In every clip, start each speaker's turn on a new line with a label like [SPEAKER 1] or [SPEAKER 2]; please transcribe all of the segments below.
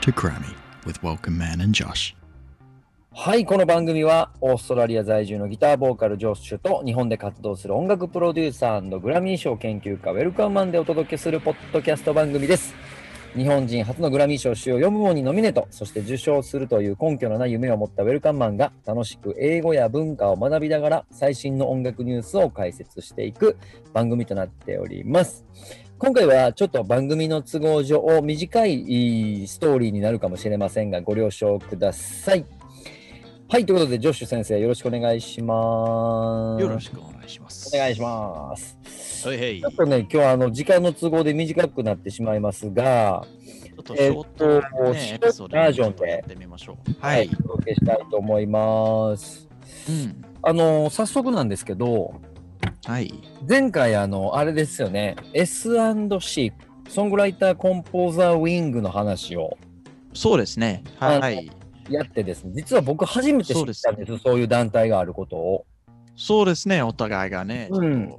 [SPEAKER 1] to Grammy with Welcome Man and Josh.
[SPEAKER 2] はい、この番組はオーストラリア在住のギターボーカルジョッシュと日本で活動する音楽プロデューサーグラミー賞研究家ウェルカムマンでお届けするポッドキャスト番組です。日本人初のグラミー賞主要4部門にノミネート、そして受賞するという根拠のない夢を持ったウェルカムマンが楽しく英語や文化を学びながら最新の音楽ニュースを解説していく番組となっております。今回はちょっと番組の都合上短いストーリーになるかもしれませんがご了承ください。はい、ということで、ジョッシュ先生、よろしくお願いします。
[SPEAKER 1] よろしくお願いします。
[SPEAKER 2] お願いします。
[SPEAKER 1] はいはい。
[SPEAKER 2] ちょっとね、今日はあの時間の都合で短くなってしまいますが、
[SPEAKER 1] ちょっとショートね、
[SPEAKER 2] えっと、
[SPEAKER 1] エピソードに
[SPEAKER 2] バージョンで。
[SPEAKER 1] やってみましょう。
[SPEAKER 2] お届けしたいと思います。あの、早速なんですけど、前回、あの、あれですよね、S&C、ソングライター・コンポーザー・ウィングの話を
[SPEAKER 1] うん。はい。そうですね。はい。
[SPEAKER 2] やってですね、実は僕、初めて知ったんです
[SPEAKER 1] そ
[SPEAKER 2] そうう
[SPEAKER 1] です
[SPEAKER 2] いう団体があることを。
[SPEAKER 1] そうですね。お互いがね、
[SPEAKER 2] うん。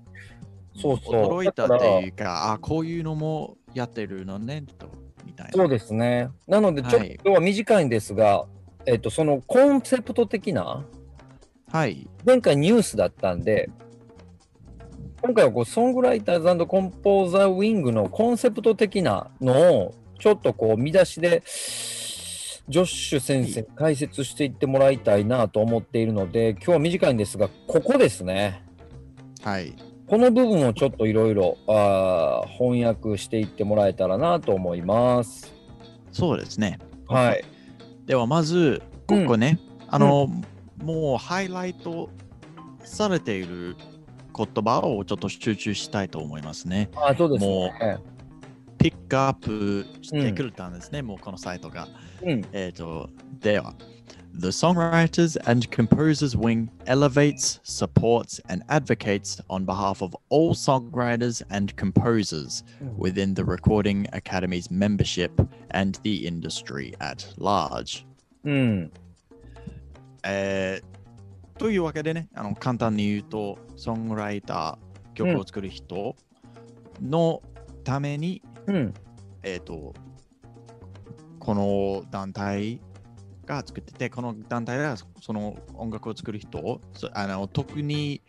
[SPEAKER 1] ちょっと
[SPEAKER 2] そうそう。
[SPEAKER 1] 驚いたっていうか、あ、こういうのもやってるのね、と、みたいな。
[SPEAKER 2] そうですね。なので、ちょっ
[SPEAKER 1] は
[SPEAKER 2] と
[SPEAKER 1] い
[SPEAKER 2] 今日は短いんですが、えっと、そのコンセプト的な、
[SPEAKER 1] はい。
[SPEAKER 2] 前回ニュースだったんで、今回はこうソングライターズコンポーザーウィングのコンセプト的なのを、ちょっとこう見出しで、ジョッシュ先生に解説していってもらいたいなと思っているので、今日は短いんですが、ここですね。
[SPEAKER 1] はい。
[SPEAKER 2] この部分をちょっといろいろあー翻訳していってもらえたらなと思います。
[SPEAKER 1] そうですね。
[SPEAKER 2] はい。
[SPEAKER 1] ではまず、ここね、あの、もうハイライトされている言葉をちょっと集中したいと思いますね。
[SPEAKER 2] あ、そうです
[SPEAKER 1] も
[SPEAKER 2] ね。
[SPEAKER 1] ピックアップしてくれたんですね、もうこのサイトが。
[SPEAKER 2] うん。
[SPEAKER 1] えっ、と、では。The Songwriters and Composers Wing elevates, supports, and advocates on behalf of all songwriters and composers within the Recording Academy's membership and the industry at large.
[SPEAKER 2] うん。
[SPEAKER 1] えーというわけでねあの簡単に言うとソングライター曲を作る人のために、
[SPEAKER 2] うん。
[SPEAKER 1] えっ、とこの団体が作っててこの団体がその音楽を作る人そあの特に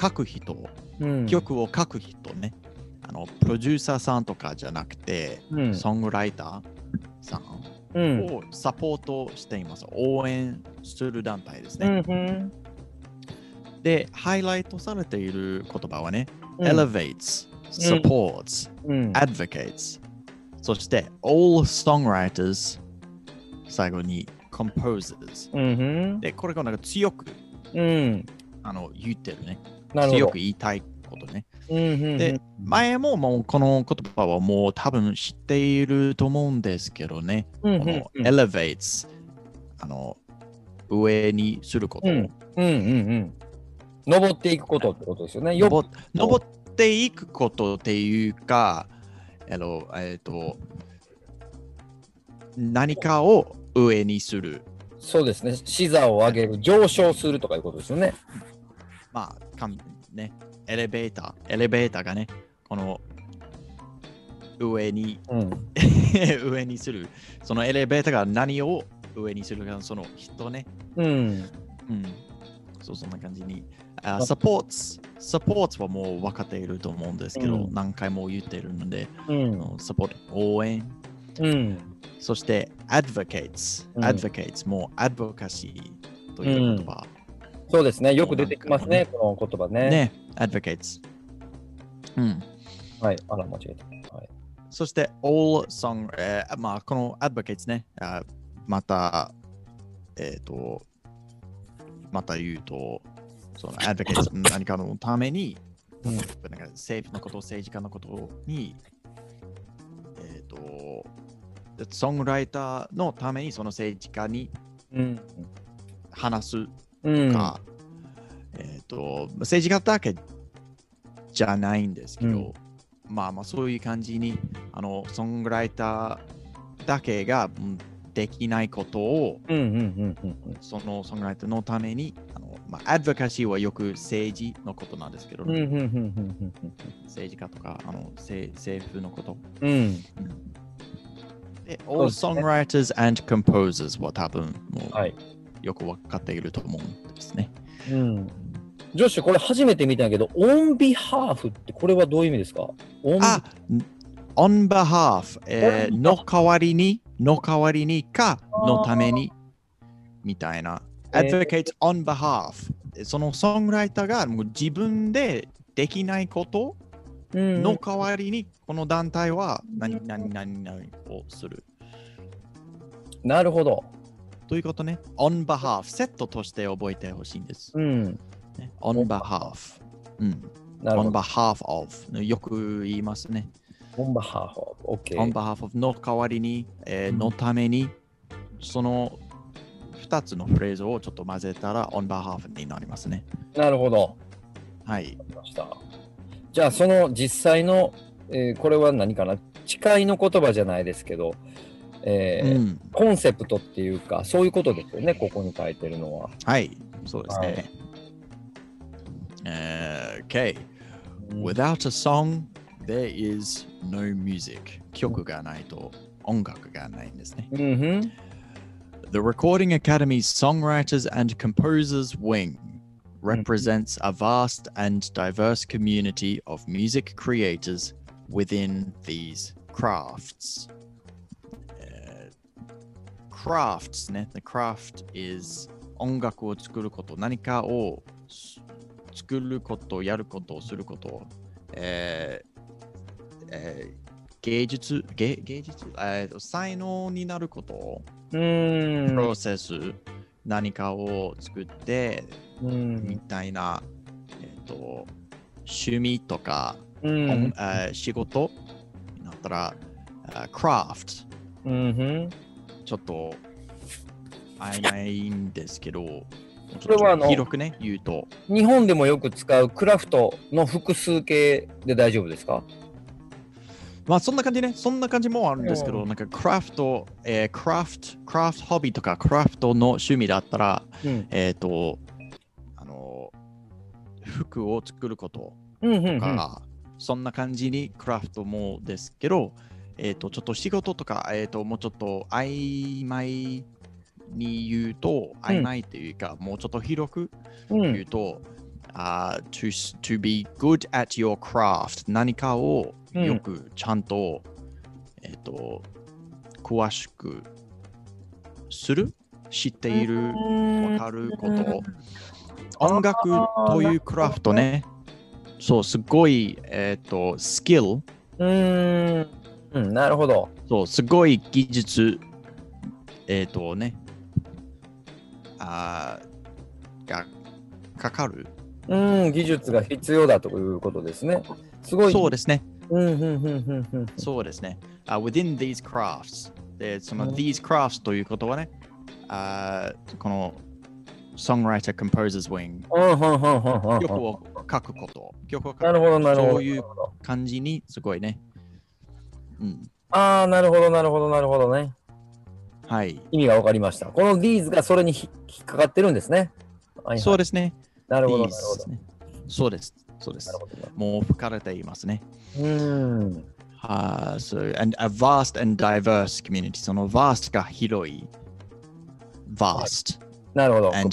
[SPEAKER 1] 書く人
[SPEAKER 2] うん。
[SPEAKER 1] 曲を書く人ね、あのプロデューサーさんとかじゃなくて、
[SPEAKER 2] うん。
[SPEAKER 1] ソングライターさん
[SPEAKER 2] うん。
[SPEAKER 1] をサポートしています、応援する団体ですね、
[SPEAKER 2] うん。
[SPEAKER 1] で、ハイライトされている言葉はね、
[SPEAKER 2] うん。
[SPEAKER 1] elevates, supports,
[SPEAKER 2] うん。
[SPEAKER 1] advocates、そして all songwriters、最後に composers。
[SPEAKER 2] うん。
[SPEAKER 1] で、これがなんか強く
[SPEAKER 2] うん。
[SPEAKER 1] あの言ってるね。
[SPEAKER 2] なるほ
[SPEAKER 1] 強
[SPEAKER 2] ど
[SPEAKER 1] く。言いたいことね。
[SPEAKER 2] うん。うん。
[SPEAKER 1] で、前ももうこの言葉はもう多分知っていると思うんですけどね。
[SPEAKER 2] うん。
[SPEAKER 1] この elevates、あの、上にすることを。
[SPEAKER 2] うんうん。うん。登っていくことってことですよね。よ
[SPEAKER 1] 登っ登っていくことっていうか、あのえっ、と、何かを上にする。
[SPEAKER 2] そうですね。視座を上げる、上昇するとかいうことですよね。
[SPEAKER 1] まあ、かんね、エレベーター、エレベーターがね、この上に、
[SPEAKER 2] うん。
[SPEAKER 1] 上にする。そのエレベーターが何を上にするか、その人ね。
[SPEAKER 2] うん。
[SPEAKER 1] うん。そう、そんな感じに。あ、サポーツ、サポーツはもう分かっていると思うんですけど、
[SPEAKER 2] うん
[SPEAKER 1] 何回も言ってるので、
[SPEAKER 2] う
[SPEAKER 1] あ
[SPEAKER 2] ん。
[SPEAKER 1] のサポート、応援。
[SPEAKER 2] うん。
[SPEAKER 1] そして advocates、
[SPEAKER 2] うん
[SPEAKER 1] advocates もアドボカシーという言葉、
[SPEAKER 2] そうですね。よく出てきますね。この言葉ね。
[SPEAKER 1] ね、advocates。うん。
[SPEAKER 2] はい。あら、間違えた。はい。
[SPEAKER 1] そして all song、えーまあこの advocates ね、あまた、えっ、と、また言うと、その advocates 何かのために、
[SPEAKER 2] う
[SPEAKER 1] なんんか政府のこと、政治家のことに、えっ、と、ソングライターのためにその政治家に
[SPEAKER 2] うん。
[SPEAKER 1] 話す
[SPEAKER 2] うん。
[SPEAKER 1] か、えっ、と、政治家だけじゃないんですけど、まあまあそういう感じに、あの、ソングライターだけがうんできないことを、
[SPEAKER 2] うん。うん。うん。
[SPEAKER 1] そのソングライターのために、あのまあ、アドボカシーはよく政治のことなんですけど、
[SPEAKER 2] うん。うん。うん。うん。
[SPEAKER 1] 政治家とかあの政政府のこと、
[SPEAKER 2] うん。
[SPEAKER 1] うんで all
[SPEAKER 2] そう
[SPEAKER 1] songwriters and composers は多分も
[SPEAKER 2] はいう
[SPEAKER 1] よくわかっていると思うんですね。
[SPEAKER 2] うん。ジョッシュ、これ初めて見たんやけど、オンビハーフってこれはどういう意味ですかオン
[SPEAKER 1] あ、on behalf、えー
[SPEAKER 2] On behalf
[SPEAKER 1] の代わりに、の代わりにか、のために、みたいな。
[SPEAKER 2] えー
[SPEAKER 1] advocate on behalf。そのソングライターがもう自分でできないこと
[SPEAKER 2] うん
[SPEAKER 1] の代わりに、この団体は何々何々をする。
[SPEAKER 2] なるほど。
[SPEAKER 1] ということね。on behalf。セットとして覚えてほしいんです。
[SPEAKER 2] うん。
[SPEAKER 1] ね on behalf。うん。
[SPEAKER 2] なるほ
[SPEAKER 1] on
[SPEAKER 2] ど。
[SPEAKER 1] behalf of。よく言いますね。
[SPEAKER 2] オンバハーフ。オッケ
[SPEAKER 1] on
[SPEAKER 2] ー。
[SPEAKER 1] behalf of の代わりに、えー
[SPEAKER 2] うん
[SPEAKER 1] のために、その2つのフレーズをちょっと混ぜたら on behalf になりますね。
[SPEAKER 2] なるほど。わか
[SPEAKER 1] はい。
[SPEAKER 2] りました。じゃあ、その実際の、えーこれは何かな誓いの言葉じゃないですけど、えー
[SPEAKER 1] うん、
[SPEAKER 2] コンセプトっていうか、そういうことですよね、ここに書いてるのは。
[SPEAKER 1] はい。そうです
[SPEAKER 2] は
[SPEAKER 1] ね。えー okay. Without a song, there is no music. 曲がないと音楽がないんですね。
[SPEAKER 2] うんふん。
[SPEAKER 1] The Recording Academy's Songwriters and Composers Wing represents a vast and diverse community of music creators within these crafts. Uh, crafts ね。The craft is 音楽を作ること、何かをす作ること、やること、すること。えーえー芸術、芸芸術、えーと才能になることを。
[SPEAKER 2] うー
[SPEAKER 1] プ
[SPEAKER 2] ん。
[SPEAKER 1] ロセス、何かを作って
[SPEAKER 2] うん
[SPEAKER 1] みたいな、えっと趣味とか、
[SPEAKER 2] う
[SPEAKER 1] おん
[SPEAKER 2] ん。
[SPEAKER 1] えー仕事になったら、あクラフト
[SPEAKER 2] うんふん。
[SPEAKER 1] ちょっと曖昧んですけど、
[SPEAKER 2] それはあの
[SPEAKER 1] 広くね、言うと、
[SPEAKER 2] 日本でもよく使うクラフトの複数形で大丈夫ですか
[SPEAKER 1] まあそんな感じね、そんな感じもあるんですけど、
[SPEAKER 2] う
[SPEAKER 1] なんかクラフト、えークラフト、クラフトホビーとかクラフトの趣味だったら、
[SPEAKER 2] うん。
[SPEAKER 1] えっ、と、あの、服を作ること、
[SPEAKER 2] うんうんうん。
[SPEAKER 1] か、そんな感じにクラフトもですけど、えっ、と、ちょっと仕事とか、えっ、と、もうちょっと曖昧に言うと、曖昧っていうか、もうちょっと広く
[SPEAKER 2] う。
[SPEAKER 1] 言うんと、あー to, s- to be good at your craft 何かをよくちゃんと、えっ、と、詳しくする知っている、わかること。音楽というクラフトね。そう、すごい、えっ、と、スキル。
[SPEAKER 2] うーん。うん、なるほど。
[SPEAKER 1] そう、すごい技術。えっ、とね。あーが、かかる。
[SPEAKER 2] うん、技術が必要だということですね。すごい。
[SPEAKER 1] そう
[SPEAKER 2] す。
[SPEAKER 1] ですね。
[SPEAKER 2] うん、うん、うん、うん、うん。
[SPEAKER 1] そうですね。あ within these crafts。で、その、
[SPEAKER 2] うん
[SPEAKER 1] these crafts ということはね、あーこの、songwriter composers wing。
[SPEAKER 2] うん、うん、うん、うん、
[SPEAKER 1] 曲
[SPEAKER 2] うん。
[SPEAKER 1] を書くこと。曲を書
[SPEAKER 2] な
[SPEAKER 1] く
[SPEAKER 2] るほど、なるほど。
[SPEAKER 1] そういう
[SPEAKER 2] なるほど
[SPEAKER 1] 感じに、すごいね。うん。
[SPEAKER 2] ああ、なるほど、なるほど、なるほどね。
[SPEAKER 1] はい。
[SPEAKER 2] 意味がわかりました。この these がそれにひ引っかかってるんですね。はいはい、
[SPEAKER 1] そうですね。
[SPEAKER 2] なるほ
[SPEAKER 1] い
[SPEAKER 2] ど、
[SPEAKER 1] い
[SPEAKER 2] な
[SPEAKER 1] で
[SPEAKER 2] るほど
[SPEAKER 1] す。ね。そうです。そうです
[SPEAKER 2] なる。ほど。
[SPEAKER 1] もう吹かれていますね。
[SPEAKER 2] うーん。
[SPEAKER 1] ああ、そう。and a vast and diverse community。その vast が広い。vast。
[SPEAKER 2] なるほど。
[SPEAKER 1] And-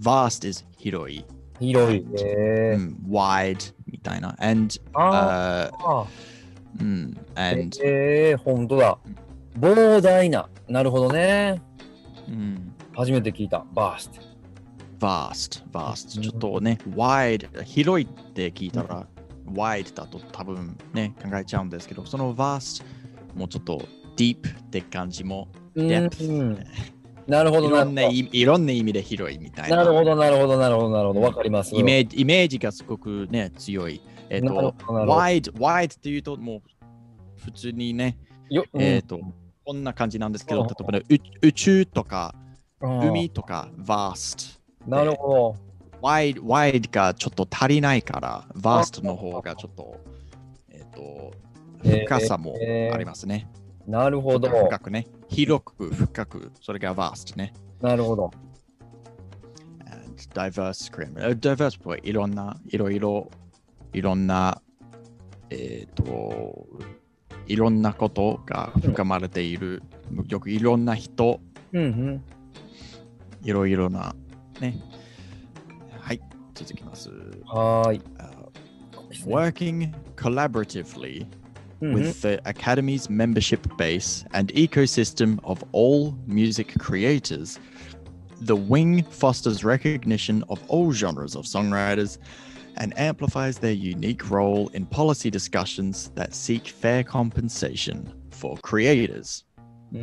[SPEAKER 1] vast is 広い。
[SPEAKER 2] 広い。
[SPEAKER 1] う
[SPEAKER 2] えー。
[SPEAKER 1] ん wide みたいな。and
[SPEAKER 2] あ
[SPEAKER 1] あー
[SPEAKER 2] あ。
[SPEAKER 1] うん。and
[SPEAKER 2] ええー、ほんとだ。膨大な。なるほどね。
[SPEAKER 1] うん
[SPEAKER 2] 初めて聞いた。バースって。
[SPEAKER 1] vast。vast。
[SPEAKER 2] うん
[SPEAKER 1] ちょっとね、wide。広いって聞いたら、wide だと多分ね、考えちゃうんですけど、その vast もうちょっと deep って感じも
[SPEAKER 2] う
[SPEAKER 1] depth
[SPEAKER 2] ん。なるほ
[SPEAKER 1] い
[SPEAKER 2] ど
[SPEAKER 1] ろ
[SPEAKER 2] なる
[SPEAKER 1] ん
[SPEAKER 2] ほ
[SPEAKER 1] な意味いろんな意味で広いみたい
[SPEAKER 2] ど。
[SPEAKER 1] な。
[SPEAKER 2] なるほど、なるほど、なるほど、なるほど。わかります。
[SPEAKER 1] イメージイメージがすごくね強い。えっ、
[SPEAKER 2] なる
[SPEAKER 1] と、
[SPEAKER 2] ほどなるほど
[SPEAKER 1] wide、wide っていうともう普通にね、
[SPEAKER 2] ようん
[SPEAKER 1] えっ、と、こんな感じなんですけ
[SPEAKER 2] う
[SPEAKER 1] ど、
[SPEAKER 2] ん
[SPEAKER 1] 例えばね、宇宇宙とか
[SPEAKER 2] うん
[SPEAKER 1] 海とか vast。
[SPEAKER 2] なるほ
[SPEAKER 1] wide、wide がちょっと足りないから、vast の方がちょっと、えっ、と、深さもありますね。
[SPEAKER 2] ど。なるほど。
[SPEAKER 1] 深くね。広く深く、それが vast ね。
[SPEAKER 2] なるほど。
[SPEAKER 1] and diverse cream. Uh, diverse はいろんな、いろいろ、いろんな、えっ、と、いろんなことが含まれている、よくいろんな人、
[SPEAKER 2] うんうん。
[SPEAKER 1] いろいろな、ね。はい、続きます。
[SPEAKER 2] はーい。
[SPEAKER 1] Uh,
[SPEAKER 2] ここですね
[SPEAKER 1] working collaboratively
[SPEAKER 2] うんうん
[SPEAKER 1] with the Academy's membership base and ecosystem of all music creators, the Wing fosters recognition of all genres of songwriters and amplifies their unique role in policy discussions that seek fair compensation for creators.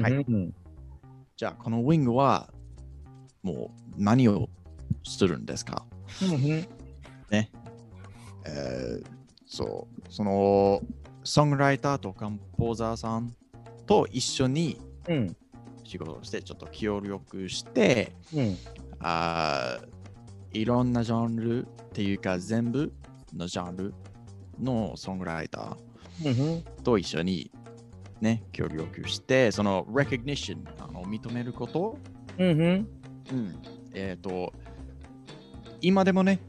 [SPEAKER 1] はい
[SPEAKER 2] うんうん
[SPEAKER 1] じゃあ、この Wing はもう何をするんですか
[SPEAKER 2] うんうん
[SPEAKER 1] えーそう、その、ソングライターとカンポーザーさんと一緒に
[SPEAKER 2] うん
[SPEAKER 1] 仕事をして、ちょっと協力して、
[SPEAKER 2] うん
[SPEAKER 1] あーいろんなジャンルっていうか、全部のジャンルのソングライタ
[SPEAKER 2] うんうん
[SPEAKER 1] ーと一緒に、ね、協力して、その、recognition、あの認めること、
[SPEAKER 2] うんうん
[SPEAKER 1] うん、えっ、と、今でもね、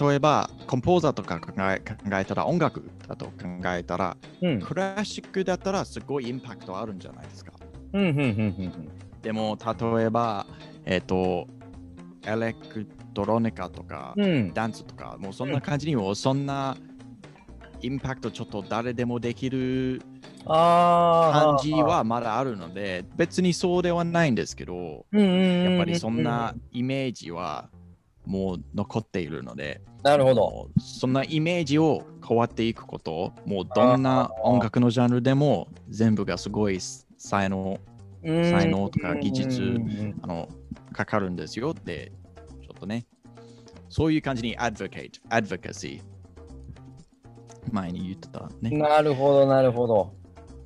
[SPEAKER 1] 例えば、コンポーザーとか考え考えたら、音楽だと考えたら、
[SPEAKER 2] うん
[SPEAKER 1] クラシックだったらすごいインパクトあるんじゃないですか。
[SPEAKER 2] うんうんうん
[SPEAKER 1] でも、例えば、えっ、と、エレクトロニカとか、
[SPEAKER 2] うんうん
[SPEAKER 1] ダンスとか、もうそんな感じにも、そんなインパクトちょっと誰でもできる
[SPEAKER 2] あ
[SPEAKER 1] 感
[SPEAKER 2] あ
[SPEAKER 1] じはまだあるので、別にそうではないんですけど、や
[SPEAKER 2] や
[SPEAKER 1] っぱりそんなイメージはもう残っているので、
[SPEAKER 2] なるほど
[SPEAKER 1] もうそんなイメージを変わっていくこと、もうどんな音楽のジャンルでも全部がすごい才能、才能とか技術
[SPEAKER 2] うんうん
[SPEAKER 1] あの、かかるんですよって、ちょっとね、そういう感じに advocate、advocacy、前に言ってたね
[SPEAKER 2] うん。なるほどなるほど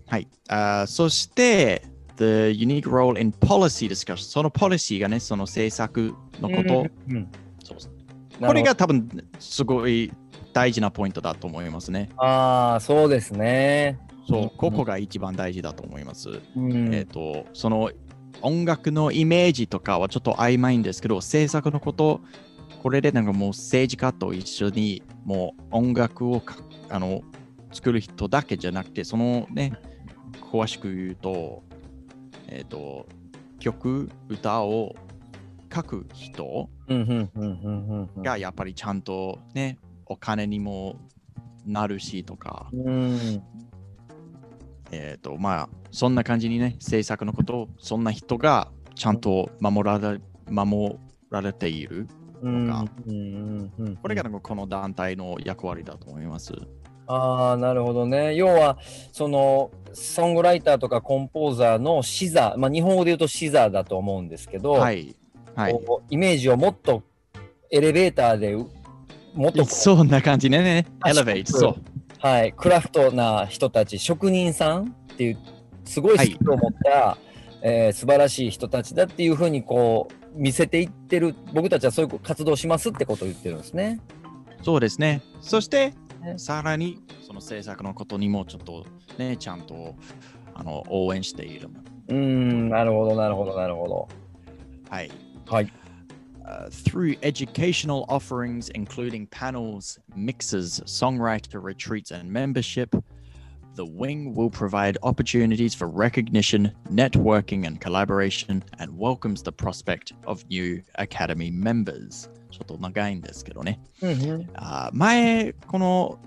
[SPEAKER 1] はい。あーそして、The unique role in policy discussion。その policy がね、その政策のこと。
[SPEAKER 2] うんうん
[SPEAKER 1] そうそう
[SPEAKER 2] うん
[SPEAKER 1] これが多分、すごい大事なポイントだと思いますね。
[SPEAKER 2] ああそうですね
[SPEAKER 1] そうう、
[SPEAKER 2] ん
[SPEAKER 1] ここが一番大事だと思います。
[SPEAKER 2] うん
[SPEAKER 1] えっ、と、その音楽のイメージとかはちょっと曖昧んですけど、制作のこと、これでなんかもう政治家と一緒に、もう音楽をかあの作る人だけじゃなくて、そのね、詳しく言うと、えっ、と、曲、歌を書く人
[SPEAKER 2] うんうんうんうんうんうん
[SPEAKER 1] がやっぱりちゃんとね、お金にもなるしとか、
[SPEAKER 2] うん
[SPEAKER 1] えっ、と、まあ、そんな感じにね、政策のことを、そんな人がちゃんと守られ守られている。
[SPEAKER 2] うん
[SPEAKER 1] か
[SPEAKER 2] うんうん
[SPEAKER 1] これがなんかこの団体の役割だと思います。
[SPEAKER 2] ああなるほどね要はそのソングライターとかコンポーザーの視座まあ日本語で言うと視座だと思うんですけど
[SPEAKER 1] はい。はい。
[SPEAKER 2] こうイメージをもっとエレベーターでうもっとこう
[SPEAKER 1] そんな感じねね。
[SPEAKER 2] あ
[SPEAKER 1] エレベート、
[SPEAKER 2] そ
[SPEAKER 1] そうう。
[SPEAKER 2] はい、クラフトな人たち職人さんっていうすごいスキルを持った、えー素晴らしい人たちだっていうふうにこう見せていってる僕たちはそういう活動しますってことを言ってるんですね。
[SPEAKER 1] そうですね。そして
[SPEAKER 2] ね、
[SPEAKER 1] さらに、その政策のことにもちょっとね、ちゃんとあの応援している。
[SPEAKER 2] うーんなるほどなるほどなるほど。
[SPEAKER 1] はい。
[SPEAKER 2] はい。
[SPEAKER 1] uh, through educational offerings, including panels, mixes, songwriter retreats, and membership, the Wing will provide opportunities for recognition, networking, and collaboration, and welcomes the prospect of new Academy members. ちょっと長いんですけどね。
[SPEAKER 2] うんうん
[SPEAKER 1] あー前、この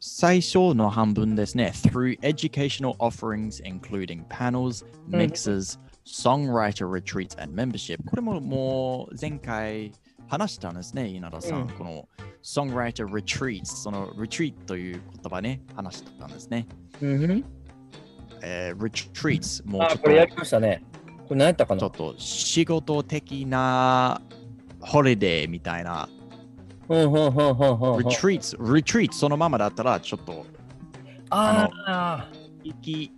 [SPEAKER 1] 最初の半分ですね。Through educational offerings, including panels,
[SPEAKER 2] ん
[SPEAKER 1] mixes, songwriter retreats, and membership. これももう前回話したんですね、稲田さん。
[SPEAKER 2] うん
[SPEAKER 1] この songwriter retreats、その retreat という言葉ね、話したんですね。
[SPEAKER 2] うんうん
[SPEAKER 1] えー retreats、もう
[SPEAKER 2] あ
[SPEAKER 1] ちょ
[SPEAKER 2] ーこれや
[SPEAKER 1] っ
[SPEAKER 2] りましたね。これ何やったか
[SPEAKER 1] とちょ
[SPEAKER 2] な
[SPEAKER 1] っと仕事的なホリデーみたいな。
[SPEAKER 2] うんうんうんうんうんうん
[SPEAKER 1] retreats、retreat そのままだったらちょっと
[SPEAKER 2] ああ
[SPEAKER 1] 引き、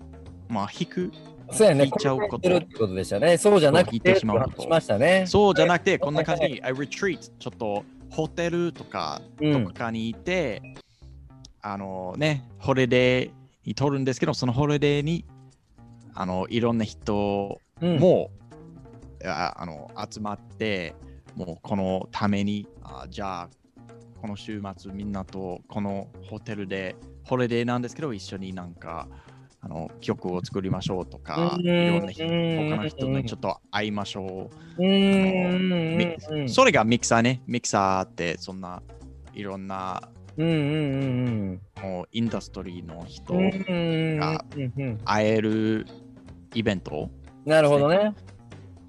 [SPEAKER 1] まあ引く。
[SPEAKER 2] そうやね。
[SPEAKER 1] 引いちゃうこと
[SPEAKER 2] これをやってるってことでしたね。そうじゃな
[SPEAKER 1] そ
[SPEAKER 2] く
[SPEAKER 1] う引い
[SPEAKER 2] て
[SPEAKER 1] てしまうこと
[SPEAKER 2] しましたね。
[SPEAKER 1] そうじゃなく
[SPEAKER 2] は
[SPEAKER 1] て、
[SPEAKER 2] い
[SPEAKER 1] こんな感じに、あ retreat、ちょっとホテルとか、
[SPEAKER 2] う
[SPEAKER 1] ど
[SPEAKER 2] ん
[SPEAKER 1] こかにいて、あのね、ホリデーに取るんですけど、そのホリデーに、あの、いろんな人
[SPEAKER 2] うん
[SPEAKER 1] も、ああの、集まって、もうこのために、あじゃあ、この週末みんなとこのホテルでホリデーなんですけど、一緒になんか、あの曲を作りましょうとか、
[SPEAKER 2] うん
[SPEAKER 1] いろんな人
[SPEAKER 2] うん
[SPEAKER 1] 他の人にちょっと会いましょ
[SPEAKER 2] うんうんうんう
[SPEAKER 1] う。
[SPEAKER 2] ん
[SPEAKER 1] それがミキサーね。ミキサーってそんないろんな
[SPEAKER 2] うんうんうん
[SPEAKER 1] もうインダストリーの人
[SPEAKER 2] うんうんうんうんうん
[SPEAKER 1] 会えるイベントを
[SPEAKER 2] なるほどね。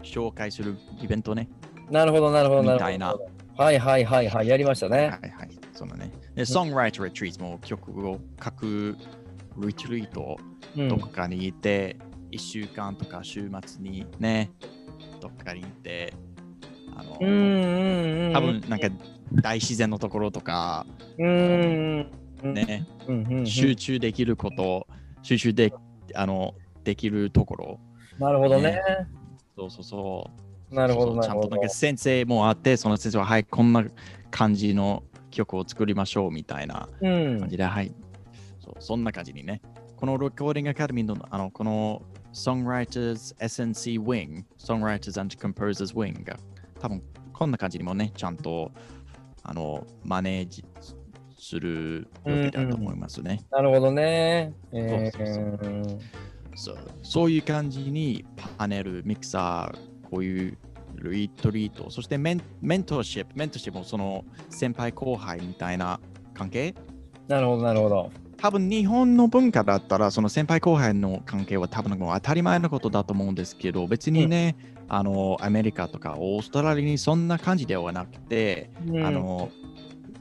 [SPEAKER 1] 紹介するイベントね。
[SPEAKER 2] なるほどなるほどなるほど。
[SPEAKER 1] みたいな
[SPEAKER 2] はいはいはいはいやりました
[SPEAKER 1] はい
[SPEAKER 2] ね。
[SPEAKER 1] はい。そのね。で、Songwriter Retreats も曲を書くリトリート
[SPEAKER 2] うん
[SPEAKER 1] どこかにいて、1週間とか週末にね、どっかにいて、あの、
[SPEAKER 2] うんうんうん。
[SPEAKER 1] 多分なんか大自然のところとか
[SPEAKER 2] うんうんうん。
[SPEAKER 1] ね、
[SPEAKER 2] うんうんうん。
[SPEAKER 1] 集中できること、集中であのできるところ。
[SPEAKER 2] なるほどね
[SPEAKER 1] ね。そうそうそう。
[SPEAKER 2] なるほど
[SPEAKER 1] そうそう
[SPEAKER 2] な
[SPEAKER 1] ち
[SPEAKER 2] る
[SPEAKER 1] ゃ
[SPEAKER 2] ほ
[SPEAKER 1] んと
[SPEAKER 2] ど
[SPEAKER 1] なん。か先生もあって、その先生は、はい、こんな感じの曲を作りましょうみたいな
[SPEAKER 2] うん
[SPEAKER 1] 感じで、はい。そうそんな感じにね。このレコーディングアカデミーのあのこの Songwriters SNC Wing、Songwriters and Composers Wing が多分こんな感じにもね、ちゃんとあのマネージする予定だと思いますね。
[SPEAKER 2] なるほどね。え
[SPEAKER 1] そうそうそ
[SPEAKER 2] ー
[SPEAKER 1] そうそういう感じにパネル、ミキサー、こういうリトリート、そしてメンメントーシップ、メントーシップもその先輩後輩みたいな関係
[SPEAKER 2] なるほどなるほど。
[SPEAKER 1] 多分日本の文化だったらその先輩後輩の関係は多分もう当たり前のことだと思うんですけど別にね、あのアメリカとかオーストラリアにそんな感じではなくて、
[SPEAKER 2] うん
[SPEAKER 1] あの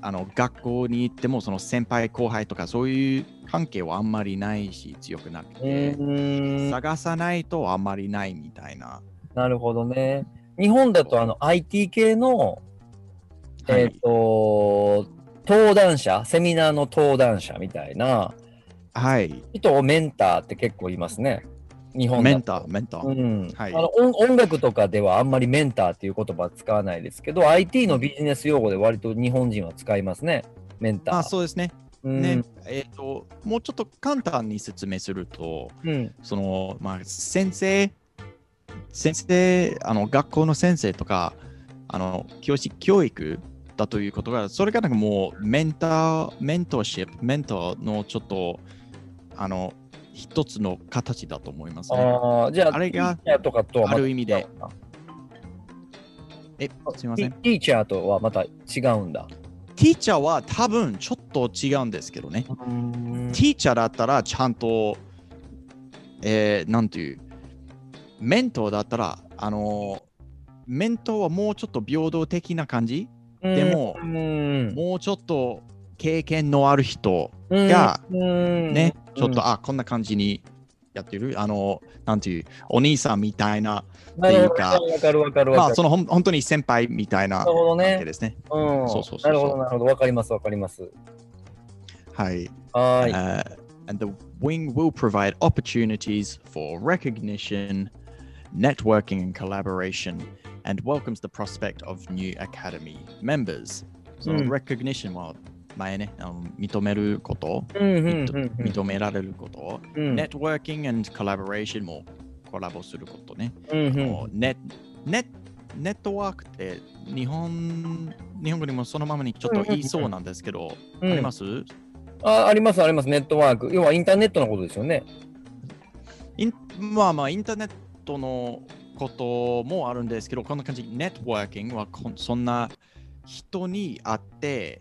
[SPEAKER 1] あの学校に行ってもその先輩後輩とかそういう関係はあんまりないし強くなくて、
[SPEAKER 2] うん
[SPEAKER 1] 探さないとあんまりないみたいな、
[SPEAKER 2] なるほどね。日本だとあの IT 系の、
[SPEAKER 1] はい
[SPEAKER 2] えっ、と、登壇者、セミナーの登壇者みたいな
[SPEAKER 1] はい
[SPEAKER 2] 人をメンターって結構いますね。日本だと
[SPEAKER 1] メンターメンター、
[SPEAKER 2] うん
[SPEAKER 1] はい
[SPEAKER 2] あの音音楽とかではあんまりメンターっていう言葉は使わないですけど、IT のビジネス用語で割と日本人は使いますね、メンター。
[SPEAKER 1] まあそうですね
[SPEAKER 2] うん
[SPEAKER 1] ね、えっ、ともうちょっと簡単に説明すると
[SPEAKER 2] うん
[SPEAKER 1] そのまあ先生先生あの学校の先生とかあの教師教育だということがそれがなんかもうメンターメントーシップメントーのちょっとあの一つの形だと思いますね。
[SPEAKER 2] ああ、じゃあ、
[SPEAKER 1] あれが
[SPEAKER 2] ティーチャーとかとはまた
[SPEAKER 1] ある意味で。えすみま
[SPEAKER 2] テ
[SPEAKER 1] せ
[SPEAKER 2] ィ
[SPEAKER 1] ん。
[SPEAKER 2] ティーチャーとはまた違うんだ。
[SPEAKER 1] ティーチャーは多分ちょっと違うんですけどね。ティーチャーだったらちゃんと、えー、なんていう、メントーだったら、あのー、メントーはもうちょっと平等的な感じ、でも
[SPEAKER 2] う、ん、
[SPEAKER 1] もうちょっと経験のある人
[SPEAKER 2] うん
[SPEAKER 1] が、
[SPEAKER 2] うん
[SPEAKER 1] ね、ちょっと、、あこんな感じにやってる、あのー、なんていう、お兄さんみたいな、
[SPEAKER 2] うん
[SPEAKER 1] っていうか
[SPEAKER 2] なるほどわかるわかるわか
[SPEAKER 1] ま
[SPEAKER 2] る。
[SPEAKER 1] あ、そのほん本当に先輩みたいな
[SPEAKER 2] なるほど
[SPEAKER 1] 関
[SPEAKER 2] ね
[SPEAKER 1] 係ですね。
[SPEAKER 2] うん、
[SPEAKER 1] そうそうそうそう
[SPEAKER 2] なるほど、なるほど、わかります、わかります。
[SPEAKER 1] はい。
[SPEAKER 2] はーい。
[SPEAKER 1] Uh, and the wing will provide opportunities for recognition, networking, and collaboration, and welcomes the prospect of new academy members. So
[SPEAKER 2] うん。
[SPEAKER 1] recognition um, は前ね、あの認めること、
[SPEAKER 2] うんうん
[SPEAKER 1] 認
[SPEAKER 2] うんうん
[SPEAKER 1] 認められること、
[SPEAKER 2] うん
[SPEAKER 1] networking and collaboration もコラボすることね。
[SPEAKER 2] うんうん
[SPEAKER 1] もうネネネットワークって日本日本語にもそのままにちょっと言いそうなんですけど、
[SPEAKER 2] うん
[SPEAKER 1] あります
[SPEAKER 2] ああります、あります、ネットワーク。要はインターネットのことですよね。
[SPEAKER 1] インまあまあインターネットのこともあるんですけどこんな感じネットワーキングはこんそんな人に会って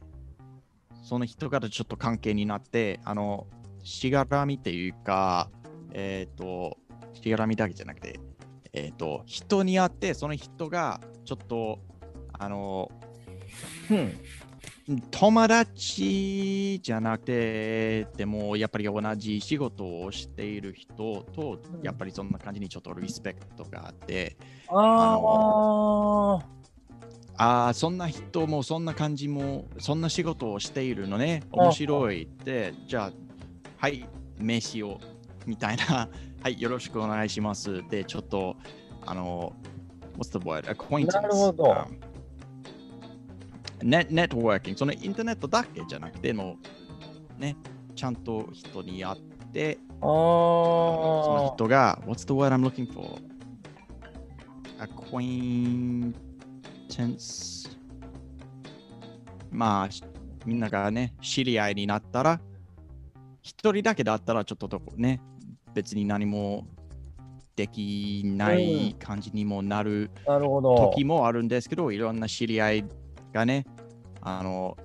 [SPEAKER 1] その人からちょっと関係になってあのしがらみっていうかえっ、としがらみだけじゃなくてえっ、と人に会ってその人がちょっとあの
[SPEAKER 2] うん。
[SPEAKER 1] 友達じゃなくて、でもやっぱり同じ仕事をしている人と
[SPEAKER 2] うん、
[SPEAKER 1] やっぱりそんな感じにちょっとリスペクトがあって、
[SPEAKER 2] ああ。
[SPEAKER 1] ああ、そんな人もそんな感じも、そんな仕事をしているのね、面白いって、じゃあ、はい、名刺を、みたいな、 はい、よろしくお願いします。で、ちょっと、あの、what's the word? acquaintance。
[SPEAKER 2] なるほど
[SPEAKER 1] うんネネットワーキング、そのインターネットだけじゃなくて、もう、ね、ちゃんと人に会って、
[SPEAKER 2] あ
[SPEAKER 1] その
[SPEAKER 2] あ。
[SPEAKER 1] 人が、What's the word I'm looking for? Acquaintance まあ、しみんながね、知り合いになったら、一人だけだったらちょっととこね別に何もできない感じにもなる
[SPEAKER 2] なるほど。
[SPEAKER 1] 時もあるんですけど、いろんな知り合いがねあの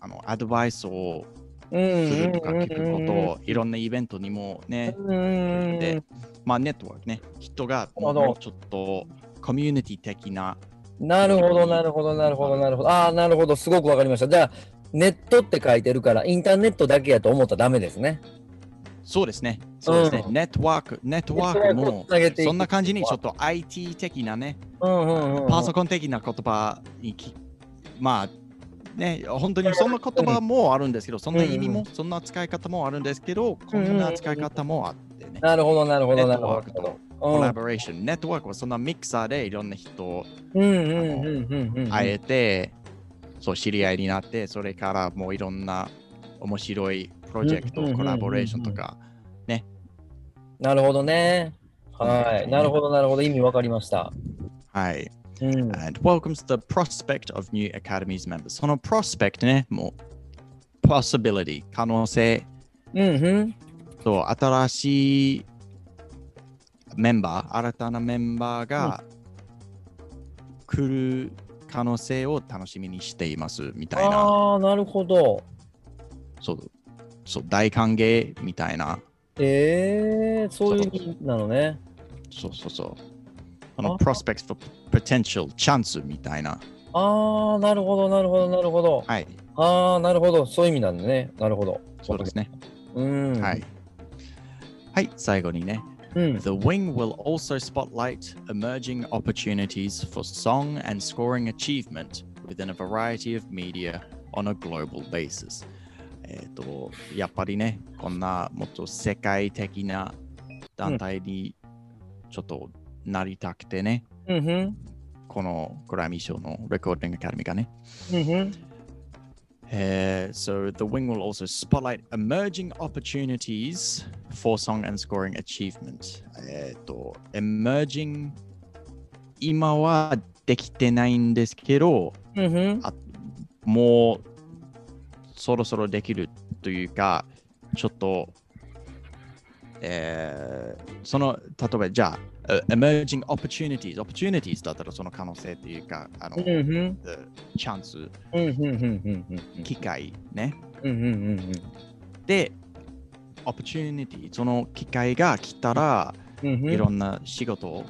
[SPEAKER 1] あのアドバイスをするとか聞くことをいろんなイベントにもね
[SPEAKER 2] うんうんうんうん
[SPEAKER 1] でまあネットワークね人が
[SPEAKER 2] なるほど
[SPEAKER 1] もうちょっとコミュニティ的な
[SPEAKER 2] なるほど、なるほど、なるほど、なるほど。ああ、なるほど、すごくわかりました。じゃあ、ネットって書いてるから、インターネットだけやと思ったらダメですね。
[SPEAKER 1] そうですねそうですね、
[SPEAKER 2] うん
[SPEAKER 1] ネットワークネットワークも
[SPEAKER 2] ネットワークをつなげていく
[SPEAKER 1] そんな感じにちょっと IT 的なね
[SPEAKER 2] うんうんうんうん。
[SPEAKER 1] パソコン的な言葉にきまあね本当にそんな言葉もあるんですけどそんな意味もそんな使い方もあるんですけどこんな使い方もあってね
[SPEAKER 2] なるほど、なるほ
[SPEAKER 1] ネ
[SPEAKER 2] ど、な
[SPEAKER 1] ッ
[SPEAKER 2] る
[SPEAKER 1] ト
[SPEAKER 2] ほ
[SPEAKER 1] ワークと
[SPEAKER 2] ど。
[SPEAKER 1] コラボレーションネットワークはそんなミキサーでいろんな人を
[SPEAKER 2] うんうんうんうんうんうん。
[SPEAKER 1] 会えて、そう知り合いになってそれからもういろんな面白いプロジェク
[SPEAKER 2] うんうん
[SPEAKER 1] ト
[SPEAKER 2] うんうん
[SPEAKER 1] コラボレーションとか
[SPEAKER 2] なるほどね。はい。なるほど、なるほど。意味わかりました。
[SPEAKER 1] はい
[SPEAKER 2] うん。
[SPEAKER 1] and welcomes the prospect of new academy's members その prospect ねもう possibility 可能性
[SPEAKER 2] うんうん。
[SPEAKER 1] と新しいメンバー新たなメンバーが来る可能性を楽しみにしていますみたいな
[SPEAKER 2] ああ、なるほど。
[SPEAKER 1] そうそう大歓迎みたいな
[SPEAKER 2] ええー、そういう意味なのね。
[SPEAKER 1] そうそうそう。あ
[SPEAKER 2] あ
[SPEAKER 1] の、prospects for potential チャンスみたいな。
[SPEAKER 2] ああ、なるほど、なるほど、なるほど。
[SPEAKER 1] はい。
[SPEAKER 2] ああ、なるほど。そういう意味なんだね。なるほど。
[SPEAKER 1] そうですね。
[SPEAKER 2] うん。
[SPEAKER 1] はい。。はい、最後にね。
[SPEAKER 2] うん。
[SPEAKER 1] The Wing will also spotlight emerging opportunities for song and scoring achievement within a variety of media on a global basis. えっ、と、やっぱりね、こんなもっと世界的な団体にちょっとなりたくてね、
[SPEAKER 2] うんうん。
[SPEAKER 1] このグラミー賞のレコーディングアカデミーがね、
[SPEAKER 2] うんうん。
[SPEAKER 1] Uh, so the wing will also spotlight emerging opportunities for song and scoring achievement. えっと、emerging 今はできてないんですけど、
[SPEAKER 2] うんうん。
[SPEAKER 1] あもうそろそろできるというか、ちょっと、えーその例えばじゃあ、uh, emerging opportunities、opportunities だったらその可能性というか、あの、
[SPEAKER 2] うんうん。
[SPEAKER 1] the チャンス、
[SPEAKER 2] うんうんうんうんうんうん。
[SPEAKER 1] 機会ね。
[SPEAKER 2] うんうんうんうん。
[SPEAKER 1] で、オプチュニティ、その機会が来たら、
[SPEAKER 2] うんうん。
[SPEAKER 1] いろんな仕事を、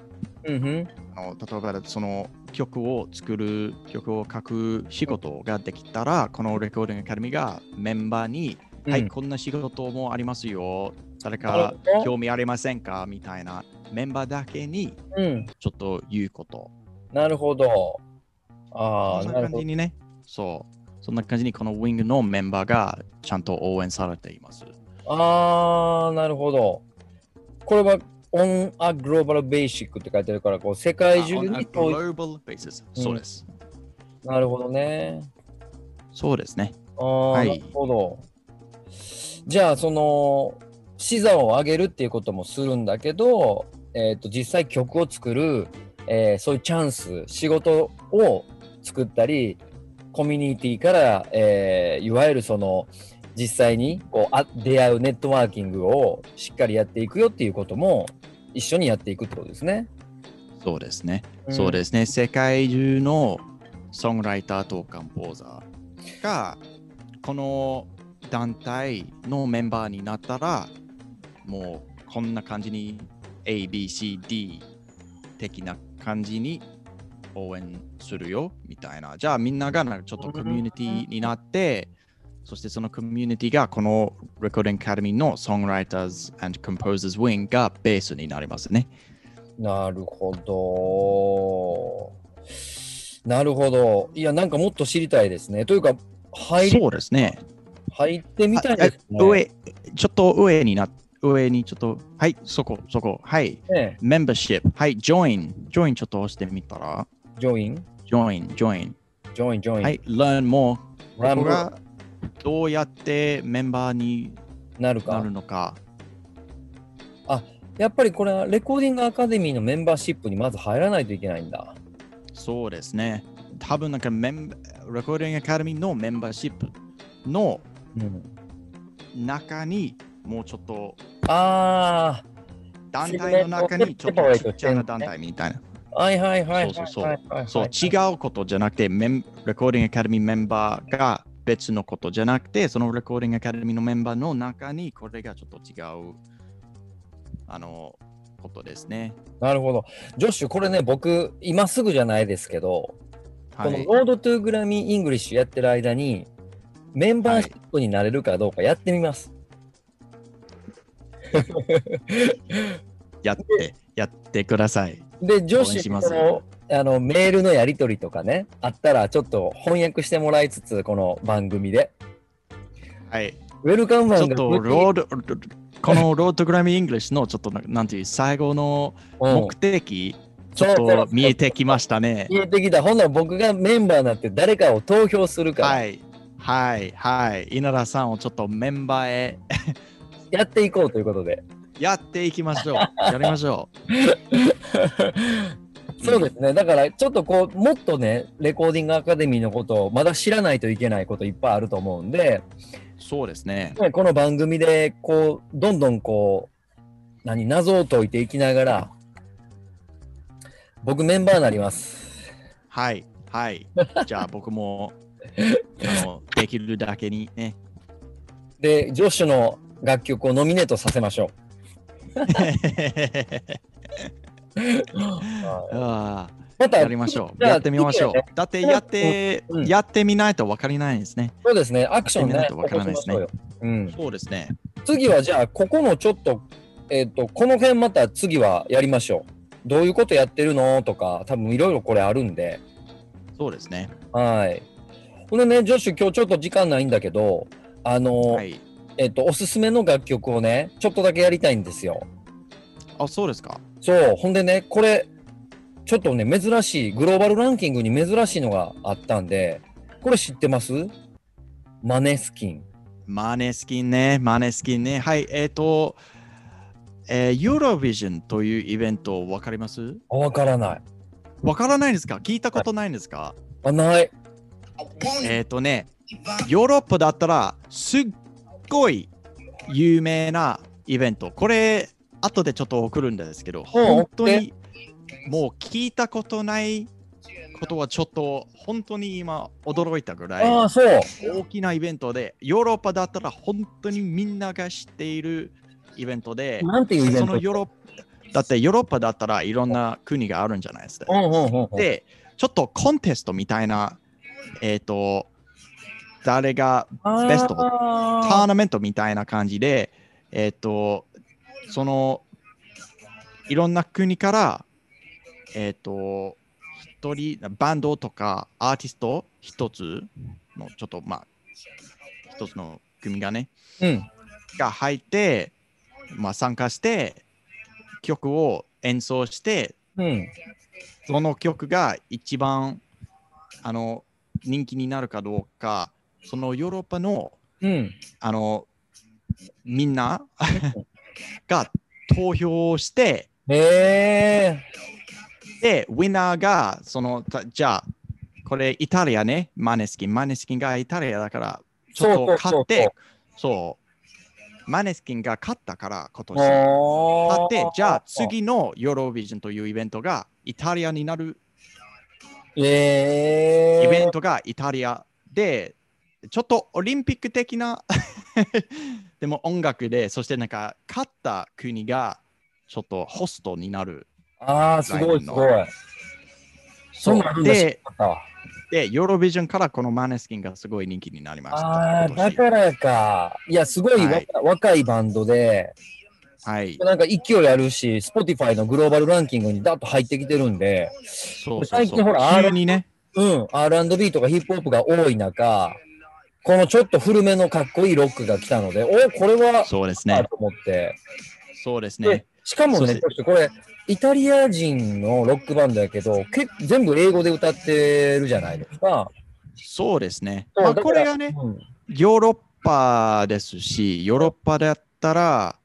[SPEAKER 2] うんうん。
[SPEAKER 1] あの例えばその曲を作る、曲を書く仕事ができたら、このレコーディングアカデミーがメンバーに、
[SPEAKER 2] うん
[SPEAKER 1] はい、こんな仕事もありますよ、誰
[SPEAKER 2] な
[SPEAKER 1] か
[SPEAKER 2] るほど
[SPEAKER 1] 興味ありませんかみたいな、メンバーだけに
[SPEAKER 2] うん。
[SPEAKER 1] ちょっと言うこと。
[SPEAKER 2] なるほど。あ
[SPEAKER 1] そ
[SPEAKER 2] あ、
[SPEAKER 1] ん
[SPEAKER 2] な
[SPEAKER 1] な
[SPEAKER 2] る
[SPEAKER 1] 感
[SPEAKER 2] ほど
[SPEAKER 1] じ。にね、そう、そんな感じにこのウィングのメンバーがちゃんと応援されています。
[SPEAKER 2] ああ、なるほど。これは On a Global Basic って書いてあるから、こう世界中
[SPEAKER 1] On a
[SPEAKER 2] にそういう。
[SPEAKER 1] global basis、そうです。
[SPEAKER 2] なるほどね。
[SPEAKER 1] そうですね。
[SPEAKER 2] ああ、
[SPEAKER 1] い
[SPEAKER 2] なるほど。じゃあ、その、資産を上げるっていうこともするんだけど、えっ、と、実際曲を作る、えーそういうチャンス、仕事を作ったり、コミュニティから、えーいわゆるその、実際にこうあ出会うネットワーキングをしっかりやっていくよっていうことも一緒にやっていくってことですね。
[SPEAKER 1] そうですね。そうですね。世界中のソングライターとカンポーザーがこの団体のメンバーになったらもうこんな感じに ABCD 的な感じに応援するよみたいな。じゃあみんながなんかちょっとコミュニティになって、そしてそのコミュニティがこの Recording Academy の Songwriters and Composers Wing がベースになりますね。
[SPEAKER 2] なるほど。なるほど。いや、なんかもっと知りたいですね。というか、入り
[SPEAKER 1] そうですね。
[SPEAKER 2] 入ってみたいです
[SPEAKER 1] ああ
[SPEAKER 2] ね。
[SPEAKER 1] 上、ちょっと上にな、上にちょっと、はい、そこ、そこ、はい、
[SPEAKER 2] ね
[SPEAKER 1] メンバーシップ、はい、join、join ちょっと押してみたら、
[SPEAKER 2] ジョイン、
[SPEAKER 1] join、join、
[SPEAKER 2] ジョイン、ジョイン。
[SPEAKER 1] はい、learn more、
[SPEAKER 2] ラ
[SPEAKER 1] こ
[SPEAKER 2] ム
[SPEAKER 1] こがどうやってメンバーに
[SPEAKER 2] なる
[SPEAKER 1] な
[SPEAKER 2] か
[SPEAKER 1] る。のか、
[SPEAKER 2] やっぱりこれはレコーディングアカデミーのメンバーシップにまず入らないといけないんだ。
[SPEAKER 1] そうですね、多分なんかメン、レコーディングアカデミーのメンバーシップの
[SPEAKER 2] うん。
[SPEAKER 1] 中にもうちょっと
[SPEAKER 2] あ
[SPEAKER 1] 団体の中にちょっとちっちゃな団体みたいな。
[SPEAKER 2] あ、はいはいはいはいはいはいはい。
[SPEAKER 1] そうそうそう違うことじゃなくて、メンレコーディングアカデミーメンバーが別のことじゃなくて、そのレコーディングアカデミーのメンバーの中にこれがちょっと違うあのことですね。
[SPEAKER 2] なるほど。ジョッシュ、これね、僕、今すぐじゃないですけど、
[SPEAKER 1] は
[SPEAKER 2] こ
[SPEAKER 1] い。
[SPEAKER 2] のロードトゥグラミーイングリッシュやってる間に、メンバーシップになれるかどうかやってみます。
[SPEAKER 1] やって、やってください。
[SPEAKER 2] で、ジ
[SPEAKER 1] 応
[SPEAKER 2] ョッ
[SPEAKER 1] 援
[SPEAKER 2] シ
[SPEAKER 1] し
[SPEAKER 2] ュ
[SPEAKER 1] ます
[SPEAKER 2] このあのメールのやり取りとかね、あったらちょっと翻訳してもらいつつ、この番組で。
[SPEAKER 1] はい。
[SPEAKER 2] ウェルカムマン
[SPEAKER 1] ち
[SPEAKER 2] が
[SPEAKER 1] ょっとロード、このロードグラミーイングリッシュのちょっとななんていう最後の
[SPEAKER 2] うん
[SPEAKER 1] 目的、ちょっ
[SPEAKER 2] そうそ
[SPEAKER 1] と
[SPEAKER 2] う
[SPEAKER 1] 見えてきましたね。
[SPEAKER 2] 言えてきた。ほんなら僕がメンバーになって誰かを投票するから、
[SPEAKER 1] はい。はい。はい。稲田さんをちょっとメンバーへ
[SPEAKER 2] やっていこうということで。
[SPEAKER 1] やっていきまし ょう。やりましょう。
[SPEAKER 2] そうですね。だからちょっとこう、もっとね、レコーディングアカデミーのことをまだ知らないといけないこといっぱいあると思うんで、
[SPEAKER 1] そうですね。
[SPEAKER 2] ねこの番組でこう、どんどんこう、何、謎を解いていきながら、僕メンバーになります。
[SPEAKER 1] はい。はい。じゃあ僕 も、あの、できるだけにね。
[SPEAKER 2] で、ジョッシュの楽曲をノミネートさせましょう。
[SPEAKER 1] あ
[SPEAKER 2] ま
[SPEAKER 1] あ
[SPEAKER 2] た
[SPEAKER 1] やりましょう。
[SPEAKER 2] じゃあ
[SPEAKER 1] やってみましょう
[SPEAKER 2] 次は。
[SPEAKER 1] だってやって
[SPEAKER 2] うん、
[SPEAKER 1] やってみないと分かりないんですね。
[SPEAKER 2] そうですね、アクション
[SPEAKER 1] やっ
[SPEAKER 2] ね。
[SPEAKER 1] てみないとわからないですね
[SPEAKER 2] 起こしましょうようん、
[SPEAKER 1] そうですね。
[SPEAKER 2] 次はじゃあ、ここのちょっと、えっ、と、この辺また次はやりましょう。どういうことやってるのとか、多分いろいろこれあるんで。
[SPEAKER 1] そうですね。
[SPEAKER 2] はい。ほんでね、ジョッシュ、今日ちょっと時間ないんだけど、あの、
[SPEAKER 1] はい。
[SPEAKER 2] えっ、と、おすすめの楽曲をね、ちょっとだけやりたいんですよ。
[SPEAKER 1] あ、そうですか。
[SPEAKER 2] そう、ほんでね、これ、ちょっとね、珍しい、グローバルランキングに珍しいのがあったんで、これ知ってますマネスキン。
[SPEAKER 1] マネスキンね、マネスキンね。はい、えっ、と、えー、ユーロビジョンというイベント、わかります
[SPEAKER 2] あ、わからない。
[SPEAKER 1] わからないですか聞いたことないんですか
[SPEAKER 2] あ、ない。
[SPEAKER 1] えっ、とね、ヨーロッパだったら、すっごい有名なイベント。これ、後でちょっと送るんですけど、本当に、もう聞いたことないことはちょっと、本当に今、驚いたぐらい。
[SPEAKER 2] ああ、そう。
[SPEAKER 1] 大きなイベントで、ヨーロッパだったら本当にみんなが知っているイベントで、
[SPEAKER 2] なんていうイベン
[SPEAKER 1] そ
[SPEAKER 2] ト
[SPEAKER 1] のヨーロッパだってヨーロッパだったらいろんな国があるんじゃないですか。
[SPEAKER 2] うんうんうんうん、
[SPEAKER 1] で、ちょっとコンテストみたいな、えっ、と、誰がベストター
[SPEAKER 2] あー
[SPEAKER 1] ナメントみたいな感じで、えっ、と、その、いろんな国から、えっ、と、一人、バンドとかアーティスト一つの、ちょっとまあ、一つの組がね、
[SPEAKER 2] うん。
[SPEAKER 1] が入って、まあ参加して、曲を演奏して、
[SPEAKER 2] うん。
[SPEAKER 1] その曲が一番、あの、人気になるかどうか、そのヨーロッパの
[SPEAKER 2] うん。
[SPEAKER 1] あの、みんなが投票をして、
[SPEAKER 2] へえ。
[SPEAKER 1] で、ウィナーが、その、たじゃあ、これイタリアね、マネスキン。マネスキンがイタリアだから、ちょっと買って、そう、マネスキンが勝ったから、今
[SPEAKER 2] そうそうそう。
[SPEAKER 1] 年。勝
[SPEAKER 2] あ
[SPEAKER 1] って、じゃあ。次のヨーロビジョンというイベントがイタリアになる
[SPEAKER 2] ええ。
[SPEAKER 1] イベントがイタリアで、ちょっとオリンピック的な でも音楽で、そしてなんか勝った国がちょっとホストになる。
[SPEAKER 2] ああ、すごいすごい。そんなんあるんだ
[SPEAKER 1] で、
[SPEAKER 2] 知らなかっ
[SPEAKER 1] で、ヨーロビジョンからこのマネスキンがすごい人気になりま
[SPEAKER 2] た
[SPEAKER 1] し
[SPEAKER 2] わ
[SPEAKER 1] た。
[SPEAKER 2] あー
[SPEAKER 1] 今
[SPEAKER 2] だ
[SPEAKER 1] 年
[SPEAKER 2] からか。いや、すごい若,、
[SPEAKER 1] はい
[SPEAKER 2] 若いバンドで、
[SPEAKER 1] はい、
[SPEAKER 2] なんか勢いあるし、Spotify のグローバルランキングにダッと入ってきてるんで、
[SPEAKER 1] そうそう
[SPEAKER 2] 最
[SPEAKER 1] そ
[SPEAKER 2] 近ほ
[SPEAKER 1] う。
[SPEAKER 2] ら
[SPEAKER 1] 急にね、
[SPEAKER 2] うん、R&B とかヒップホップが多い中、このちょっと古めのかっこいいロックが来たので、おこれは、
[SPEAKER 1] そうです
[SPEAKER 2] あ
[SPEAKER 1] ね、
[SPEAKER 2] と思って。
[SPEAKER 1] そうです
[SPEAKER 2] で
[SPEAKER 1] ね。
[SPEAKER 2] しかも
[SPEAKER 1] そう
[SPEAKER 2] ね、
[SPEAKER 1] で
[SPEAKER 2] ち
[SPEAKER 1] す
[SPEAKER 2] ょっとこれ、イタリア人のロックバンドやけど、け全部英語で歌ってるじゃないですか。
[SPEAKER 1] そうですね。
[SPEAKER 2] そう
[SPEAKER 1] まあ
[SPEAKER 2] だから
[SPEAKER 1] これがね、
[SPEAKER 2] うん
[SPEAKER 1] ヨーロッパですし、ヨーロッパだったら、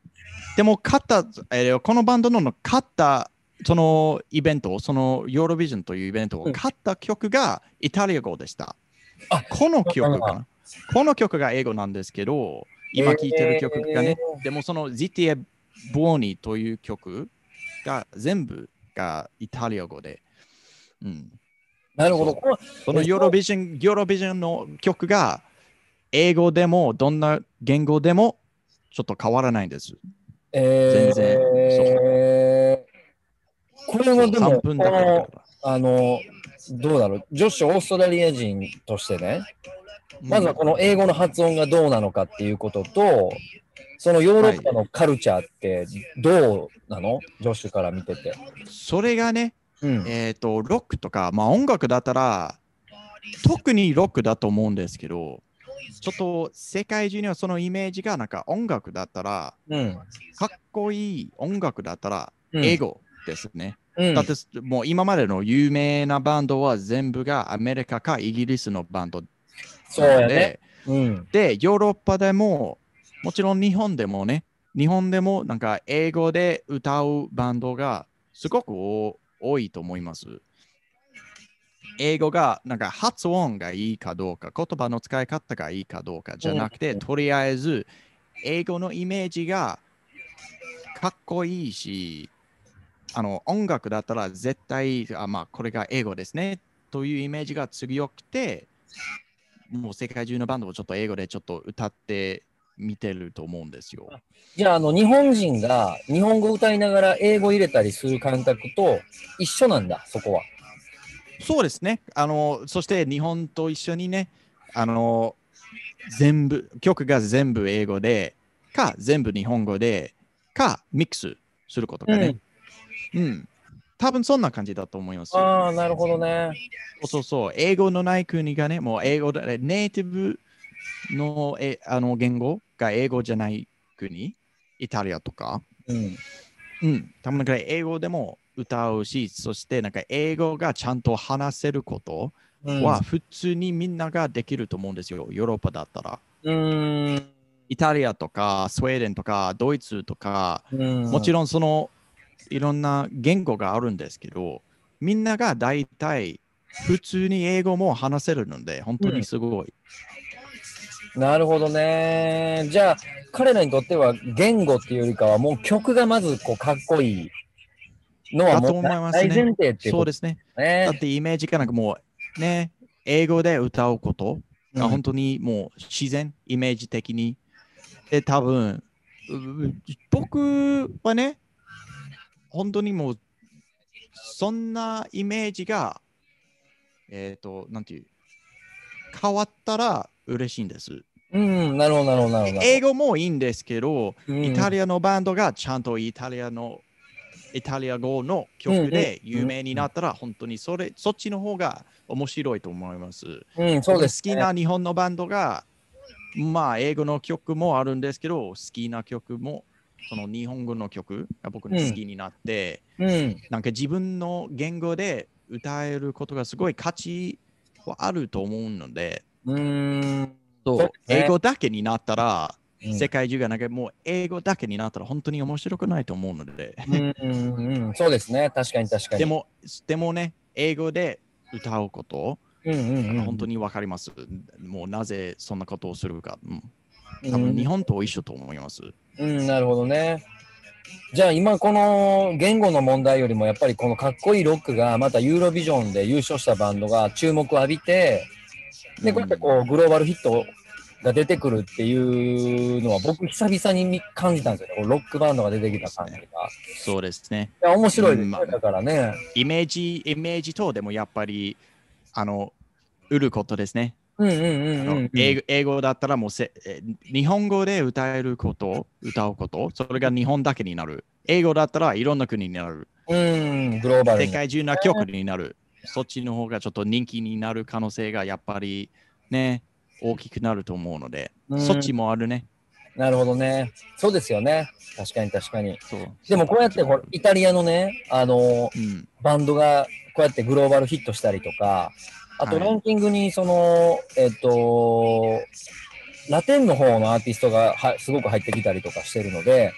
[SPEAKER 1] でも勝った、えーこのバンドの勝ったそのイベント、そのヨーロビジョンというイベント
[SPEAKER 2] う
[SPEAKER 1] を
[SPEAKER 2] ん
[SPEAKER 1] 勝った曲がイタリア語でした。
[SPEAKER 2] あ
[SPEAKER 1] この曲
[SPEAKER 2] そう
[SPEAKER 1] かなこの曲が英語なんですけど、今聴いてる曲がね、でもその ZTA ボーニという曲が全部がイタリア語で、うん、
[SPEAKER 2] なるほど。この
[SPEAKER 1] その
[SPEAKER 2] え
[SPEAKER 1] ヨーロビジョン、ヨーロビジョンの曲が英語でもどんな言語でもちょっと変わらないんです。
[SPEAKER 2] え
[SPEAKER 1] 全
[SPEAKER 2] ー
[SPEAKER 1] 然
[SPEAKER 2] これはでも、
[SPEAKER 1] 3分だから
[SPEAKER 2] このあの、どうだろう。女子オーストラリア人としてね、まずはこの英語の発音がどうなのかっていうことと、そのヨーロッパのカルチャーってどうなの女子から見てて。
[SPEAKER 1] それがね、
[SPEAKER 2] うん。
[SPEAKER 1] えっ、と、ロックとか、まあ音楽だったら、特にロックだと思うんですけど、ちょっと世界中にはそのイメージがなんか音楽だったら、
[SPEAKER 2] うん。
[SPEAKER 1] かっこいい音楽だったら
[SPEAKER 2] うん
[SPEAKER 1] 英語ですね。
[SPEAKER 2] うん
[SPEAKER 1] だってもう今までの有名なバンドは全部がアメリカかイギリスのバンド
[SPEAKER 2] そうや
[SPEAKER 1] なの
[SPEAKER 2] ね。
[SPEAKER 1] で、
[SPEAKER 2] うん。
[SPEAKER 1] で、ヨーロッパでも、もちろん日本でもね、日本でもなんか英語で歌うバンドがすごくお多いと思います。英語がなんか発音がいいかどうか、言葉の使い方がいいかどうかじゃなくて、
[SPEAKER 2] うん
[SPEAKER 1] とりあえず英語のイメージがかっこいいし、あの音楽だったら絶対あ、まあ、これが英語ですねというイメージが強くて、もう世界中のバンドをちょっと英語でちょっと歌ってみてると思うんですよ。
[SPEAKER 2] じゃあ、あの、日本人が日本語歌いながら英語入れたりする感覚と一緒なんだ、そこは。
[SPEAKER 1] そうですね。あのそして日本と一緒にね、あの全部曲が全部英語でか全部日本語でかミックスすることがね。うん。多分そんな感じだと思います。そ
[SPEAKER 2] ああ、なるほどね。
[SPEAKER 1] うそうそう。英語のない国がね、もう英語でネイティブのえあの言語が英語じゃない国、イタリアとか。
[SPEAKER 2] うん。
[SPEAKER 1] うん、多分なんか英語でも歌うし、そしてなんか英語がちゃんと話せること
[SPEAKER 2] うん
[SPEAKER 1] は普通にみんなができると思うんですよ、ヨーロッパだったら。
[SPEAKER 2] うーん。
[SPEAKER 1] イタリアとかスウェーデンとかドイツとか、も
[SPEAKER 2] も
[SPEAKER 1] ちろんそのいろんな言語があるんですけど、みんなが大体普通に英語も話せるので、本当にすごい。
[SPEAKER 2] なるほどね。じゃあ、彼らにとっては言語っていうよりかは、もう曲がまずこうかっこいいの
[SPEAKER 1] だ
[SPEAKER 2] は
[SPEAKER 1] と
[SPEAKER 2] もう
[SPEAKER 1] 思い
[SPEAKER 2] 大
[SPEAKER 1] ますね
[SPEAKER 2] 前提って
[SPEAKER 1] そ
[SPEAKER 2] いう
[SPEAKER 1] う
[SPEAKER 2] こと
[SPEAKER 1] ですね。
[SPEAKER 2] だ
[SPEAKER 1] だ
[SPEAKER 2] ね。
[SPEAKER 1] ってイメージがなんかもうね、英語で歌うこと
[SPEAKER 2] うん
[SPEAKER 1] が本当にもう自然、イメージ的に。で、多分、う僕はね、本当にもう、そんなイメージが、えっ、と、なんていう、変わったら嬉しいんです。
[SPEAKER 2] うん、なるほど、なるほど、なるほど。
[SPEAKER 1] 英語もいいんですけど、
[SPEAKER 2] うん
[SPEAKER 1] イタリアのバンドがちゃんとイタリアのイタリア語の曲で有名になったら本当にそれそっちの方が面白いと思います。
[SPEAKER 2] うん、そうです、ね。
[SPEAKER 1] 好きな日本のバンドがまあ英語の曲もあるんですけど好きな曲もその日本語の曲が僕の好きになって、
[SPEAKER 2] うん、
[SPEAKER 1] なんか自分の言語で歌えることがすごい価値はあると思うので、
[SPEAKER 2] うん。
[SPEAKER 1] そう
[SPEAKER 2] そうですね
[SPEAKER 1] 英語だけになったら
[SPEAKER 2] うん
[SPEAKER 1] 世界中がなんかもう英語だけになったら本当に面白くないと思うので。
[SPEAKER 2] うんうんうん、そうですね。確かに確かに。
[SPEAKER 1] で、も、でもね、英語で歌うこと、
[SPEAKER 2] うんうんうん、
[SPEAKER 1] 本当にわかります。もうなぜそんなことをするか。うん
[SPEAKER 2] に
[SPEAKER 1] 多分日本と一緒と思います。
[SPEAKER 2] うん、なるほどね。じゃあ今この言語の問題よりもやっぱりこのかっこいいロックがまたユーロビジョンで優勝したバンドが注目を浴びて、で、こうやってこうグローバルヒットが出てくるっていうのは僕久々に見感じたんですよね。こうロックバンドが出てきた感じが。い
[SPEAKER 1] そうですね。
[SPEAKER 2] や、面白いです
[SPEAKER 1] うん
[SPEAKER 2] ね
[SPEAKER 1] まあ。
[SPEAKER 2] だからね。
[SPEAKER 1] イメージ、イメージとでもやっぱり、あの、売ることですね。
[SPEAKER 2] うんうんう
[SPEAKER 1] あ
[SPEAKER 2] んうんう
[SPEAKER 1] の
[SPEAKER 2] ん。
[SPEAKER 1] 英語英語だったらもうせ、え日本語で歌えること、歌うこと、それが日本だけになる。英語だったらいろんな国になる。
[SPEAKER 2] うん、グローバル
[SPEAKER 1] 世
[SPEAKER 2] に。
[SPEAKER 1] 界中の曲になる。そっちの方がちょっと人気になる可能性がやっぱりね、大きくなると思うので、
[SPEAKER 2] うん
[SPEAKER 1] そっちもあるね。
[SPEAKER 2] なるほどね。そうですよね。確かに確かに。
[SPEAKER 1] そう
[SPEAKER 2] でもこうやってほらイタリアのね、あの
[SPEAKER 1] うん、
[SPEAKER 2] バンドがこうやってグローバルヒットしたりとか、あと
[SPEAKER 1] はい
[SPEAKER 2] ランキングにその、えっと、ラテンの方のアーティストがはすごく入ってきたりとかしてるので、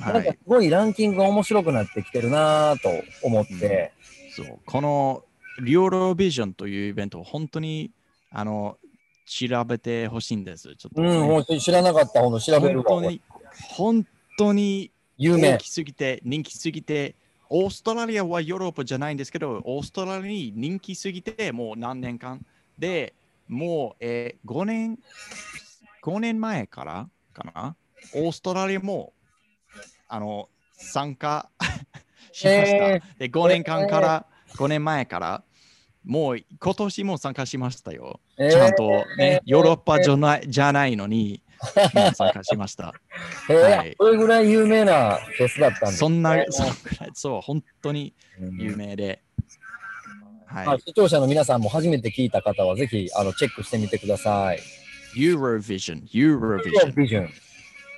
[SPEAKER 1] は
[SPEAKER 2] なんかす
[SPEAKER 1] い、
[SPEAKER 2] ごいランキングが面白くなってきてるなぁと思って、
[SPEAKER 1] そうこのヨーロビジョンというイベント、本当にあの調べてほしいんです。ちょっとね、
[SPEAKER 2] うん、もう知らなかったほど調べる
[SPEAKER 1] 本
[SPEAKER 2] わ。
[SPEAKER 1] 当
[SPEAKER 2] 俺
[SPEAKER 1] に、本当に
[SPEAKER 2] 有
[SPEAKER 1] 人
[SPEAKER 2] 名。
[SPEAKER 1] 気すぎて、人気すぎて、オーストラリアはヨーロッパじゃないんですけど、オーストラリアに人気すぎて、もう何年間で、もう、えー、5年、5年前からかな、オーストラリアも、あの、参加しました。
[SPEAKER 2] え
[SPEAKER 1] で、5年間から、5年前から、もう今年も参加しましたよ。
[SPEAKER 2] えー
[SPEAKER 1] ちゃんとね、
[SPEAKER 2] えー
[SPEAKER 1] ヨーロッパじゃないじゃないのに、もう参加しました。
[SPEAKER 2] えー
[SPEAKER 1] はい
[SPEAKER 2] それぐらい有名なフェスだったんです
[SPEAKER 1] そんな
[SPEAKER 2] え、ー
[SPEAKER 1] そのくらい、そう、本当に
[SPEAKER 2] うん
[SPEAKER 1] 有名で。
[SPEAKER 2] ま
[SPEAKER 1] は
[SPEAKER 2] あ視聴者の皆さんも初めて聞いた方はぜひあのチェックしてみてください。
[SPEAKER 1] い。Eurovision、
[SPEAKER 2] ユーロ
[SPEAKER 1] Eurovision、
[SPEAKER 2] ビジョン。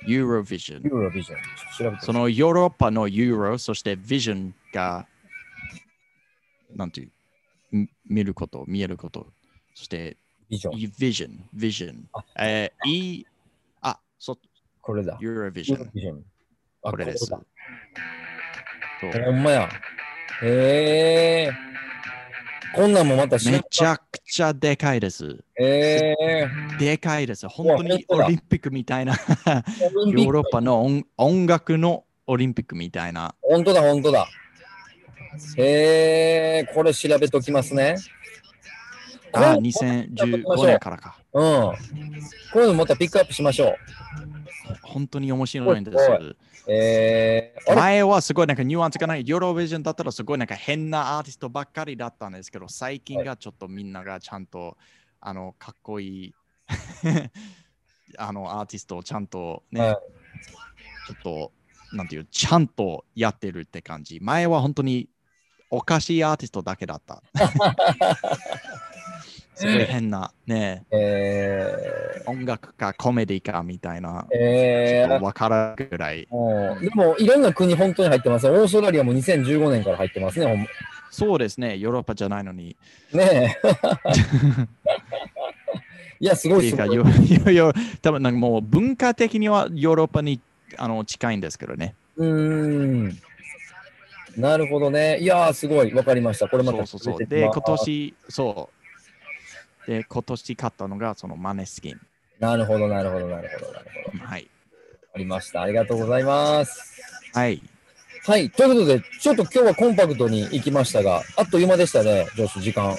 [SPEAKER 2] ユ
[SPEAKER 1] Eurovision。
[SPEAKER 2] ーロビジョン。調べて
[SPEAKER 1] そのヨーロッパの Euro、そして Vision が、なんていう、ん見ること、見えること、そして
[SPEAKER 2] ビジョン。
[SPEAKER 1] Vision、Vision。えー、E、あ、そう、
[SPEAKER 2] これだ。ユーロ
[SPEAKER 1] Eurovision。
[SPEAKER 2] ビジョン。あ
[SPEAKER 1] これです。
[SPEAKER 2] だ
[SPEAKER 1] そう
[SPEAKER 2] ほんまや。へえ。こんなんもまた知らな
[SPEAKER 1] め
[SPEAKER 2] かっ
[SPEAKER 1] ちゃくちゃでかいです。
[SPEAKER 2] たへえ。
[SPEAKER 1] でかいです。本当
[SPEAKER 2] 本
[SPEAKER 1] に
[SPEAKER 2] 当
[SPEAKER 1] オ
[SPEAKER 2] だ
[SPEAKER 1] リンピックみたいな。
[SPEAKER 2] オリ
[SPEAKER 1] ヨー
[SPEAKER 2] ンピック
[SPEAKER 1] ロッパの音音楽のオリンピックみたいな。
[SPEAKER 2] 本当だ、本当だ。へえ、これ調べときますね。
[SPEAKER 1] あ、
[SPEAKER 2] これ
[SPEAKER 1] 2015年からか。
[SPEAKER 2] うん。こういうのまたピックアップしましょ
[SPEAKER 1] 本当に面白いんです
[SPEAKER 2] すごいう。えー、あれ
[SPEAKER 1] 前はすごいなんかニュアンスがない。ヨーロビジョンだったらすごいなんか変なアーティストばっかりだったんですけど、最近がちょっとみんながちゃんと、あの、かっこい いあのアーティストをちゃんとね、
[SPEAKER 2] はい
[SPEAKER 1] ちょっと、なんていう、ちゃんとやってるって感じ。前は本当におかしいアーティストだけだ った。すごい変な、ね、
[SPEAKER 2] え
[SPEAKER 1] 音楽かコメディかみたいな
[SPEAKER 2] ー、、え
[SPEAKER 1] ちょっと
[SPEAKER 2] ー
[SPEAKER 1] わからんぐらい。
[SPEAKER 2] うんでも、いろんな国本当に入ってますね。オーストラリアも2015年から入ってますね、ほんま
[SPEAKER 1] そうですね、ヨーロッパじゃないのに。
[SPEAKER 2] ね え。いや、すご
[SPEAKER 1] って
[SPEAKER 2] い
[SPEAKER 1] い
[SPEAKER 2] す
[SPEAKER 1] うか、
[SPEAKER 2] ご
[SPEAKER 1] よ
[SPEAKER 2] い。
[SPEAKER 1] よよ多分なんかもう文化的にはヨーロッパにあの近いんですけどね。
[SPEAKER 2] うーん。なるほどね。いやー、すごい。わかりました。これま
[SPEAKER 1] そ
[SPEAKER 2] た
[SPEAKER 1] うそうそう。
[SPEAKER 2] 出てき
[SPEAKER 1] で、
[SPEAKER 2] ま
[SPEAKER 1] 今
[SPEAKER 2] す
[SPEAKER 1] 年、そう。で、今年買ったのがそのマネスキン。
[SPEAKER 2] なるほど、なるほど、なるほど、なるほど。
[SPEAKER 1] はい。
[SPEAKER 2] ありました。ありがとうございます。
[SPEAKER 1] はい。
[SPEAKER 2] はい。ということで、ちょっと今日はコンパクトに行きましたが、あっという間でしたね、上司、時間。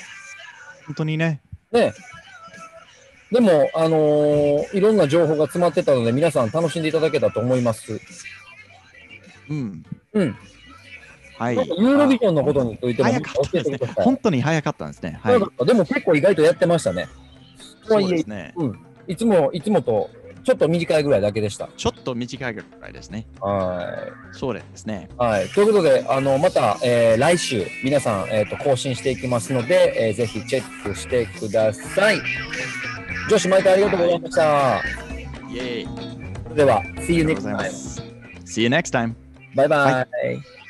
[SPEAKER 1] 本当にね、
[SPEAKER 2] ね。でも、あのーいろんな情報が詰まってたので、皆さん楽しんでいただけたと思います。
[SPEAKER 1] うん。
[SPEAKER 2] うん。
[SPEAKER 1] はい。
[SPEAKER 2] なんかユーロビジョンのことについても
[SPEAKER 1] 早かっ
[SPEAKER 2] 教
[SPEAKER 1] た
[SPEAKER 2] え
[SPEAKER 1] です
[SPEAKER 2] て
[SPEAKER 1] ね
[SPEAKER 2] くだ。さい。
[SPEAKER 1] 本当に早かったんですね。はい
[SPEAKER 2] なん。かでも結構意外とやってましたね。とは
[SPEAKER 1] そうで
[SPEAKER 2] いえ
[SPEAKER 1] す、ね。
[SPEAKER 2] いつも、いつもとちょっと短いぐらいだけでした。
[SPEAKER 1] ちょっと短いぐらいですね。
[SPEAKER 2] はい。
[SPEAKER 1] そうですね。
[SPEAKER 2] はい。ということで、あの、また、えー来週、皆さん、えっ、と、更新していきますので、えーぜひチェックしてください。女子、毎回ありがとうございました。
[SPEAKER 1] イェーイ。
[SPEAKER 2] それでは、See
[SPEAKER 1] あ
[SPEAKER 2] you
[SPEAKER 1] りがとうござ
[SPEAKER 2] next
[SPEAKER 1] いま
[SPEAKER 2] time.
[SPEAKER 1] す。See you next time.
[SPEAKER 2] バイバイ。